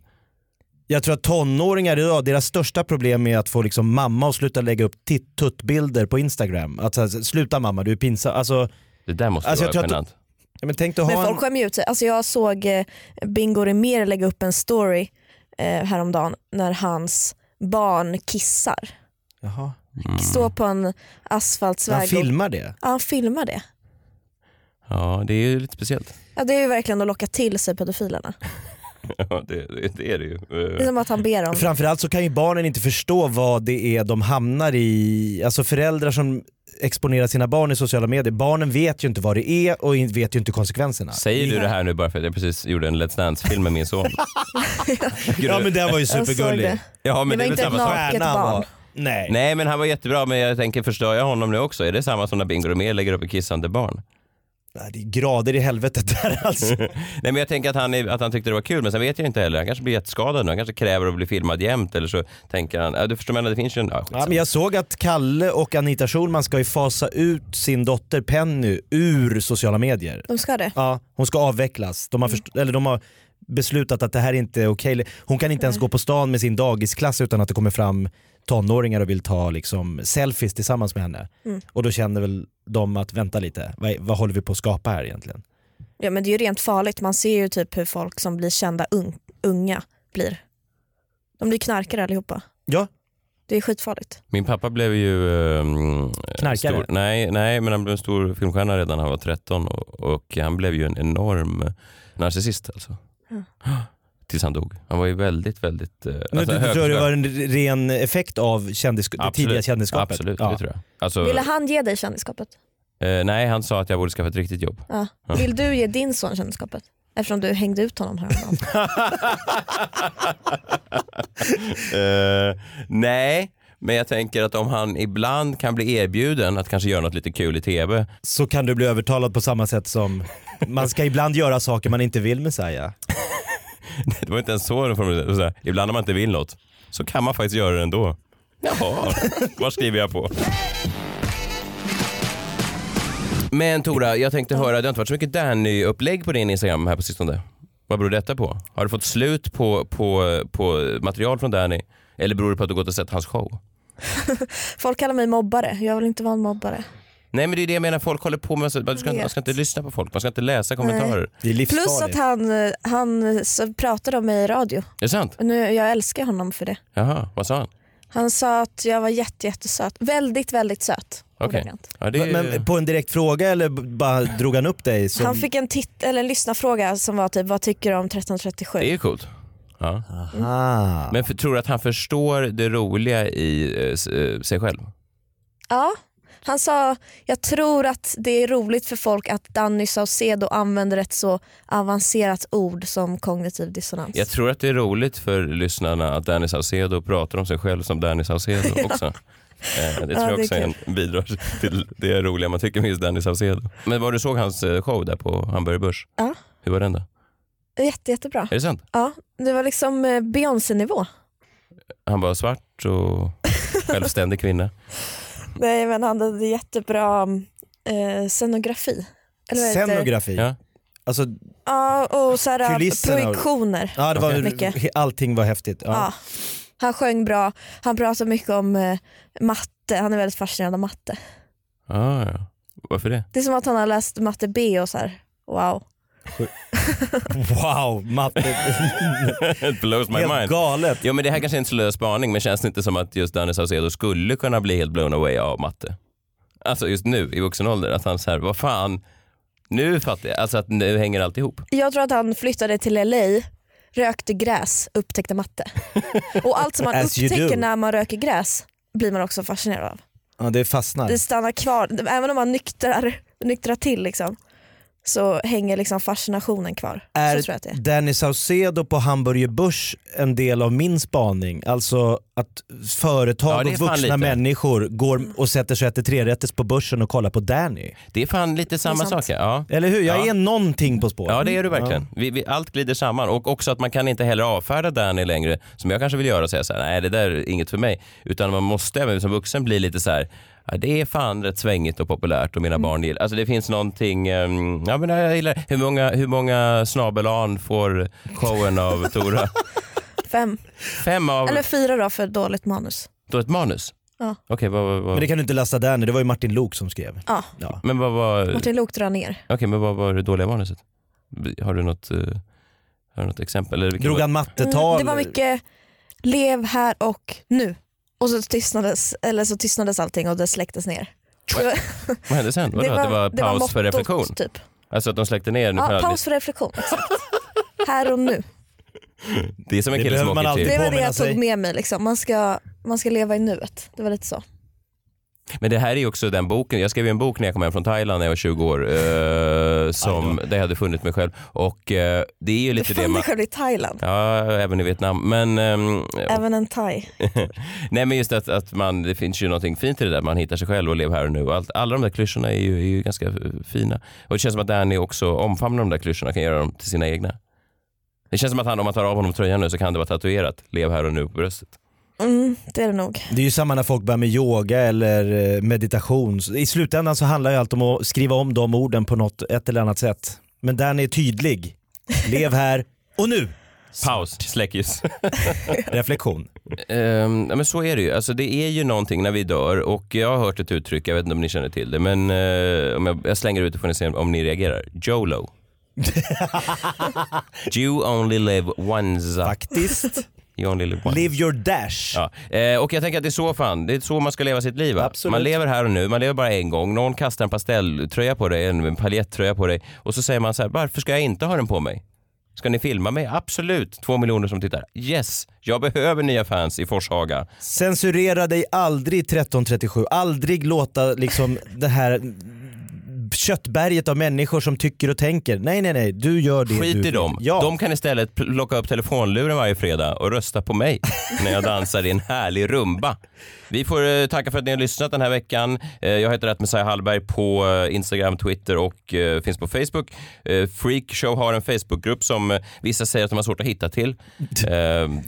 Speaker 6: Jag tror att tonåringar idag, deras största problem är att få liksom mamma att sluta lägga upp tit- tuttbilder på Instagram. Att så här, sluta mamma, du är pinsam. Alltså,
Speaker 5: det där måste
Speaker 6: alltså,
Speaker 5: vara
Speaker 6: jag tror att,
Speaker 5: genant.
Speaker 6: ja, men tänk dig att
Speaker 7: Men
Speaker 6: ha
Speaker 7: folk
Speaker 6: en,
Speaker 7: skämmer ju ut sig. Alltså jag såg eh, Bingo Rimér lägga upp en story eh, häromdagen när hans barn kissar.
Speaker 6: Jaha.
Speaker 7: Står på en asfaltsväg.
Speaker 5: Han filmar det?
Speaker 7: Ja han filmar det.
Speaker 5: Ja, det är ju lite speciellt.
Speaker 7: Ja, det är ju verkligen att locka till sig pedofilerna.
Speaker 5: [laughs] Ja, det, det, det är det ju.
Speaker 7: Det är som att han ber [laughs] om.
Speaker 6: Framförallt så kan ju barnen inte förstå vad det är de hamnar i. Alltså föräldrar som exponerar sina barn i sociala medier, barnen vet ju inte vad det är och in- vet ju inte konsekvenserna.
Speaker 5: Säger du det här nu bara för att jag precis gjorde en Let's Dance-film med min son?
Speaker 6: Ja men den var ju supergullig.
Speaker 5: [laughs] Ja, men det, är väl samma sak.
Speaker 6: Nej.
Speaker 5: Nej men han var jättebra men jag tänker förstör jag honom nu också? Är det samma som när Bingo Rimér lägger upp ett kissande barn?
Speaker 6: Nej, det är grader i helvetet där [laughs] alltså.
Speaker 5: Nej men jag tänker att han, är- att han tyckte det var kul men sen vet jag inte heller. Han kanske blir jätteskadad nu. Han kanske kräver att bli filmad jämt eller så tänker han, ja, du förstår men det finns ju en, ja,
Speaker 6: Ja, men jag såg att Kalle och Anita Schulman ska ju fasa ut sin dotter Penny ur sociala medier.
Speaker 7: De ska det?
Speaker 6: Ja, hon ska avvecklas. De har, först- eller de har beslutat att det här inte är okej. Hon kan inte ens gå på stan med sin dagisklass utan att det kommer fram tonåringar och vill ta liksom, selfies tillsammans med henne.
Speaker 7: Mm.
Speaker 6: Och då känner väl de att vänta lite, vad, vad håller vi på att skapa här egentligen?
Speaker 7: Ja men det är ju rent farligt, man ser ju typ hur folk som blir kända ung, unga blir. De blir knarkare allihopa.
Speaker 6: Ja.
Speaker 7: Det är skitfarligt.
Speaker 5: Min pappa blev ju... ehm,
Speaker 6: Knarkare?
Speaker 5: Stor, nej, nej, men han blev en stor filmstjärna redan när han var 13 och, och han blev ju en enorm narcissist alltså.
Speaker 7: Mm.
Speaker 5: [gasps] Tills han dog. Han var ju väldigt, väldigt... eh,
Speaker 6: Men
Speaker 5: alltså,
Speaker 6: du, du tror det
Speaker 5: högflödig.
Speaker 6: var en ren effekt av kändis, det tidiga kändisskapet?
Speaker 5: Absolut,
Speaker 6: Ja.
Speaker 5: det tror jag. Alltså,
Speaker 7: Ville han ge dig kändisskapet?
Speaker 5: eh, nej, han sa att jag borde skaffa ett riktigt jobb.
Speaker 7: Ja.
Speaker 5: Ja.
Speaker 7: Vill du ge din son kändisskapet? Eftersom du hängde ut honom häromdagen.
Speaker 5: [laughs] Eh, nej, men jag tänker att om han ibland kan bli erbjuden att kanske göra något lite kul i tv.
Speaker 6: Så kan du bli övertalad på samma sätt som man ska ibland göra saker man inte vill Messiah.
Speaker 5: Det var inte ens så den formulerades. Så här, Ibland när man inte vill något så kan man faktiskt göra det ändå. Jaha, vad skriver jag på? Men Tora, jag tänkte höra, det har inte varit så mycket Danny-upplägg på din Instagram här på sistone. Vad beror detta på? Har du fått slut på, på, på material från Danny? Eller beror det på att du gått och sett hans show?
Speaker 7: Folk kallar mig mobbare, jag vill inte vara en mobbare.
Speaker 5: Nej men det är det jag menar, folk håller på med, man ska, man ska inte lyssna på folk, man ska inte läsa kommentarer.
Speaker 6: Det är
Speaker 7: Plus att han, eh, han eh, så pratade om mig i radio.
Speaker 5: Är det sant?
Speaker 7: Och nu, jag älskar honom för det.
Speaker 5: Jaha, vad sa han?
Speaker 7: Han sa att jag var jätte, jättesöt. Väldigt, väldigt söt.
Speaker 5: Okej. Ja, det är-
Speaker 6: Men men på en direkt fråga eller b- bara drog han upp dig? Som...
Speaker 7: Han fick en, titt- eller en lyssnarfråga som var typ, vad tycker du om 1337?
Speaker 5: Det är ju coolt. Ja.
Speaker 6: Aha.
Speaker 5: Men för, tror du att han förstår det roliga i eh, s- eh, sig själv?
Speaker 7: Ja, han sa jag tror att det är roligt för folk att Danny Saucedo använder ett så avancerat ord som kognitiv dissonans.
Speaker 5: Jag tror att det är roligt för lyssnarna att Danny Saucedo pratar om sig själv som Danny Saucedo
Speaker 7: [laughs] Ja.
Speaker 5: också. Eh, Det
Speaker 7: Ja,
Speaker 5: tror
Speaker 7: det är
Speaker 5: jag också är en, bidrar till det roliga man tycker med just Danny Saucedo. Men var du såg hans eh, show där på Hamburger Börs?
Speaker 7: Ja.
Speaker 5: Hur var den då?
Speaker 7: Jätte, jättebra.
Speaker 5: Är det sant?
Speaker 7: Ja, det var liksom eh, Beyoncé-nivå.
Speaker 5: Han var svart
Speaker 7: [laughs]
Speaker 5: och självständig kvinna.
Speaker 7: Nej men han hade jättebra eh, scenografi. Eller vad heter det?
Speaker 6: Scenografi?
Speaker 5: Ja.
Speaker 6: Alltså,
Speaker 7: Ja och så här,
Speaker 6: kulisserna? och-
Speaker 7: projektioner.
Speaker 6: Ja, det var,
Speaker 7: mycket.
Speaker 6: Allting var häftigt. Ja.
Speaker 7: Ja. Han sjöng bra, han pratade mycket om eh, matte, han är väldigt fascinerad av matte.
Speaker 5: Ah, ja. Varför det?
Speaker 7: Det är som att han har läst matte B och så här. wow.
Speaker 6: Wow, matte.
Speaker 5: It blows [laughs] my
Speaker 6: Helt
Speaker 5: mind.
Speaker 6: galet.
Speaker 5: Jo, men det här kanske är en slö spaning, men känns det inte som att just Danny Saucedo skulle kunna bli helt blown away av matte? Alltså just nu i vuxen ålder, att han så här, vad fan, nu fattar jag, alltså att nu hänger allt ihop.
Speaker 7: Jag tror att han flyttade till LA, rökte gräs,
Speaker 6: [laughs]
Speaker 7: upptäckte matte. Och allt som man
Speaker 6: As you
Speaker 7: upptäcker
Speaker 6: do.
Speaker 7: när man röker gräs blir man också fascinerad av.
Speaker 6: Ja, det fastnar.
Speaker 7: Det stannar kvar, även om man nyktrar, nyktrar till liksom, så hänger liksom fascinationen kvar. så tror jag
Speaker 6: Är
Speaker 7: att det är.
Speaker 6: [laughs] Danny Saucedo på Hamburger Börs en del av min spaning? Alltså att
Speaker 5: Ja,
Speaker 6: företag
Speaker 5: det är
Speaker 6: och
Speaker 5: fan
Speaker 6: vuxna
Speaker 5: lite.
Speaker 6: människor går och sätter sig och äter trerätters på börsen och kollar på Danny.
Speaker 5: Det är fan lite samma sak. Ja.
Speaker 6: Eller hur? Jag
Speaker 5: Ja.
Speaker 6: är någonting på spåren.
Speaker 5: Ja det är du verkligen. Vi, vi, allt glider samman och också att man kan inte heller avfärda Danny längre som jag kanske vill göra och säga så här, nej det där är inget för mig. Utan man måste även som vuxen bli lite så här, ja, det är fan rätt svängigt och populärt och mina
Speaker 7: Mm.
Speaker 5: barn gillar Alltså det finns någonting, ehm, ja men jag gillar hur många, hur många snabelan får Cohen av
Speaker 7: [laughs]
Speaker 5: Tora?
Speaker 7: Fem,
Speaker 5: Fem av,
Speaker 7: eller fyra då för dåligt manus.
Speaker 5: då ett manus?
Speaker 7: Ja.
Speaker 5: Okej, vad, vad,
Speaker 6: Men det kan du inte lasta Danny, det var ju Martin Lok som skrev.
Speaker 7: Ja.
Speaker 5: men vad var,
Speaker 7: Martin Luuk drar ner.
Speaker 5: okej, men vad var det dåliga manuset? Har du något, eh, har du något exempel? Eller vilken
Speaker 6: Drog han
Speaker 7: Mm,
Speaker 6: mattetal?
Speaker 7: det var mycket lev här och nu. Och så tystnades, eller så tystnades allting och det släcktes ner. Det var-
Speaker 5: Vad hände sen? Vadå?
Speaker 7: Det
Speaker 5: Det var,
Speaker 7: var-
Speaker 5: det var
Speaker 7: det var
Speaker 5: paus för
Speaker 7: mottot,
Speaker 5: reflektion?
Speaker 7: typ.
Speaker 5: Alltså att de släckte ner? Nu får
Speaker 7: Ja,
Speaker 5: jag
Speaker 7: paus för reflektion. exakt. här och nu.
Speaker 5: aldrig- Det är som en
Speaker 6: Det
Speaker 5: kille som
Speaker 6: behöver man
Speaker 5: åker
Speaker 6: alltid
Speaker 7: Det
Speaker 5: till...
Speaker 7: var det
Speaker 6: påminna
Speaker 7: jag tog
Speaker 6: sig.
Speaker 7: med mig. Liksom. Man, ska, man ska leva i nuet. Det var lite så.
Speaker 5: Men det här är ju också den boken, jag skrev ju en bok när jag kom hem från Thailand när jag var 20 år,
Speaker 6: [laughs]
Speaker 5: eh, som, där jag hade funnit mig själv. Och eh, det är ju
Speaker 7: Du
Speaker 5: lite det
Speaker 7: fann [laughs]
Speaker 5: man...
Speaker 7: dig själv i Thailand.
Speaker 5: Ja, även i Vietnam. Men, ehm,
Speaker 7: Även en thai.
Speaker 5: [laughs] nej men just att, att man, det finns ju någonting fint i det där, man hittar sig själv och lever här och nu. Och Allt, alla de där klyschorna är ju, är ju ganska eh, fina. Och det känns som att Danny också omfamnar de där klyschorna, kan göra dem till sina egna. Det känns som att han, om man tar av honom tröjan nu så kan det vara tatuerat, lev här och nu på bröstet.
Speaker 7: Mm, det är det nog.
Speaker 6: Det är ju samma när folk börjar med yoga eller eh, meditation. Så I slutändan så handlar ju allt om att skriva om de orden på något, ett eller annat sätt. Men den är tydlig. Lev här och
Speaker 7: [laughs]
Speaker 6: nu.
Speaker 5: Paus, släckljus.
Speaker 6: Reflektion.
Speaker 5: Ehm, ja, men så är det ju. Alltså, det är ju någonting när vi dör och jag har hört ett uttryck, jag vet inte om ni känner till det, men eh, om jag, jag slänger ut det får ni se om ni reagerar. YOLO. you only live once.
Speaker 6: Faktiskt.
Speaker 5: You only live once.
Speaker 6: Live your dash.
Speaker 5: Ja. Eh, och jag tänker att det är så fan, det är så man ska leva sitt liv. Va?
Speaker 6: Absolut.
Speaker 5: Man lever här och nu, man lever bara en gång. Någon kastar en pastelltröja på dig, en paljettröja på dig och så säger man så här, varför ska jag inte ha den på mig? Ska ni filma mig? Absolut, två miljoner som tittar. Yes, jag behöver nya fans i Forshaga.
Speaker 6: Censurera dig aldrig 1337. Aldrig låta liksom det här köttberget av människor som tycker och tänker. Nej, nej, nej. Du gör det du
Speaker 5: Skit i
Speaker 6: vill.
Speaker 5: dem.
Speaker 6: Ja.
Speaker 5: De kan istället plocka upp telefonluren varje fredag och rösta på mig
Speaker 6: [laughs]
Speaker 5: när jag dansar i en härlig rumba. Vi får eh, tacka för att ni har lyssnat den här veckan. Eh, jag heter att Messiah Hallberg på eh, Instagram, Twitter och eh, finns på Facebook. Eh, Freakshow har en Facebookgrupp som eh, vissa säger att de har svårt att
Speaker 6: [laughs]
Speaker 5: hitta till. Eh,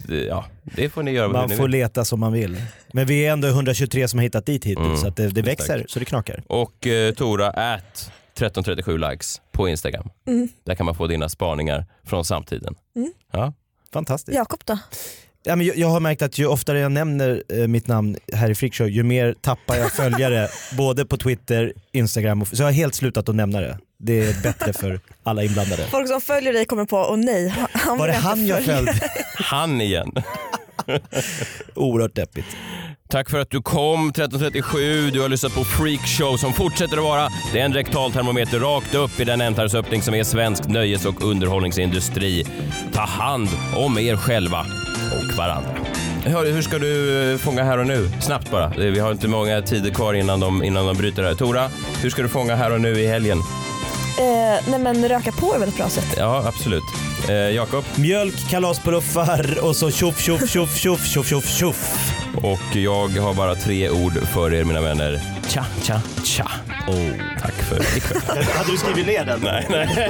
Speaker 5: det- ja, det får ni göra hur
Speaker 6: Man
Speaker 5: ni
Speaker 6: får
Speaker 5: vill.
Speaker 6: leta som man vill. Men vi är ändå 123 som har hittat dit hittills
Speaker 5: Mm.
Speaker 6: så att det, det
Speaker 5: Exakt.
Speaker 6: växer så det knakar.
Speaker 5: Och eh, Tora at 1337 likes på Instagram.
Speaker 7: Mm.
Speaker 5: Där kan man få dina spaningar från samtiden.
Speaker 7: Mm.
Speaker 5: Ja.
Speaker 6: Fantastiskt.
Speaker 7: Jakob då?
Speaker 6: Ja, men jag, jag har märkt att ju oftare jag nämner eh, mitt namn här i Freakshow ju mer tappar jag
Speaker 5: [laughs]
Speaker 6: följare både på Twitter, Instagram och så jag har helt slutat att nämna det. Det är bättre för alla inblandade.
Speaker 7: Folk som följer dig kommer på, och nej, han- han
Speaker 6: Var det
Speaker 7: vill jag
Speaker 6: han
Speaker 7: inte
Speaker 6: jag
Speaker 7: följa."
Speaker 6: följde? [laughs]
Speaker 5: Han igen.
Speaker 6: Oerhört deppigt.
Speaker 5: Tack för att du kom 1337. Du har lyssnat på Freakshow som fortsätter att vara. Det är en rektaltermometer rakt upp i den ändtarmsöppning som är svensk nöjes och underhållningsindustri. Ta hand om er själva och varandra. Hur, hur ska du eh, fånga här och nu? Snabbt bara. Eh, Vi har inte många tider kvar innan de, innan de bryter det här. Tora, hur ska du fånga här och nu i helgen?
Speaker 7: Eh, nej men röka på är väl ett bra sätt.
Speaker 5: Ja, absolut. Eh, Jakob?
Speaker 6: Mjölk, kalaspuffar och så tjoff, tjoff, tjoff, tjoff, tjoff, tjoff, tjoff.
Speaker 5: Och jag har bara tre ord för er mina vänner. Tja, tja, tja. Oh. Tack [laughs] för ikväll.
Speaker 6: Hade du skrivit ner den?
Speaker 5: Nej, nej.